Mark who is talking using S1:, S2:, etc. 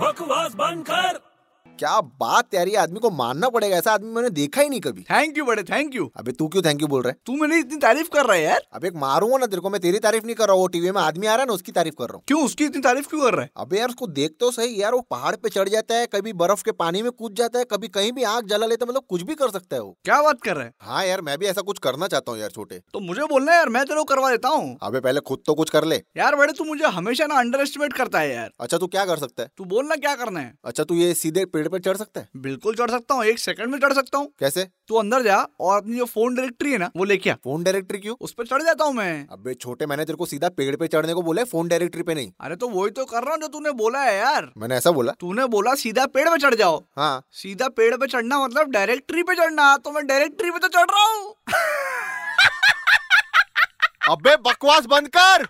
S1: बकवास बंद कर
S2: क्या बात यार ये आदमी को मानना पड़ेगा ऐसा आदमी मैंने देखा ही नहीं कभी
S3: थैंक यू बड़े थैंक यू
S2: अबे तू क्यों थैंक यू बोल रहा है
S3: तू मेरी इतनी तारीफ कर रहा है यार
S2: अब एक मारूंगा ना तेरे को मैं तेरी तारीफ नहीं कर रहा हूँ टीवी में आदमी आ रहा है ना उसकी तारीफ कर रहा हूँ
S3: क्यों उसकी इतनी तारीफ क्यों कर रहा है
S2: अबे यार उसको देख तो सही यार वो पहाड़ पे चढ़ जाता है कभी बर्फ के पानी में कूद जाता है कभी कहीं भी आग जला लेता है मतलब कुछ भी कर सकता है वो
S3: क्या बात कर रहा है
S2: हाँ यार मैं भी ऐसा कुछ करना चाहता हूँ यार छोटे
S3: तो मुझे बोलना है यार मैं तेरे को करवा देता हूँ
S2: अबे पहले खुद तो कुछ कर ले
S3: यार बड़े तू मुझे हमेशा ना अंडर एस्टिमेट करता है यार
S2: अच्छा तू क्या कर सकता है
S3: तू बोलना क्या करना है
S2: अच्छा तू ये सीधे पेड़ पे चढ़ सकता है
S3: बिल्कुल चढ़ सकता हूँ एक सेकंड में चढ़ सकता हूँ
S2: कैसे
S3: तू अंदर जा और अपनी जो फोन डायरेक्टरी है ना वो लेके आ
S2: फोन डायरेक्टरी क्यों
S3: उस पर चढ़ जाता हूँ मैं
S2: अबे छोटे मैंने तेरे को सीधा पेड़ पे चढ़ने को बोला है फोन डायरेक्टरी पे नहीं
S3: अरे तो वही तो कर रहा हूँ जो तूने बोला है यार
S2: मैंने ऐसा बोला
S3: तूने बोला सीधा पेड़ पे चढ़ जाओ
S2: हाँ
S3: सीधा पेड़ पे चढ़ना मतलब डायरेक्टरी पे चढ़ना तो मैं डायरेक्टरी पे तो चढ़ रहा हूँ
S2: अबे बकवास बंद कर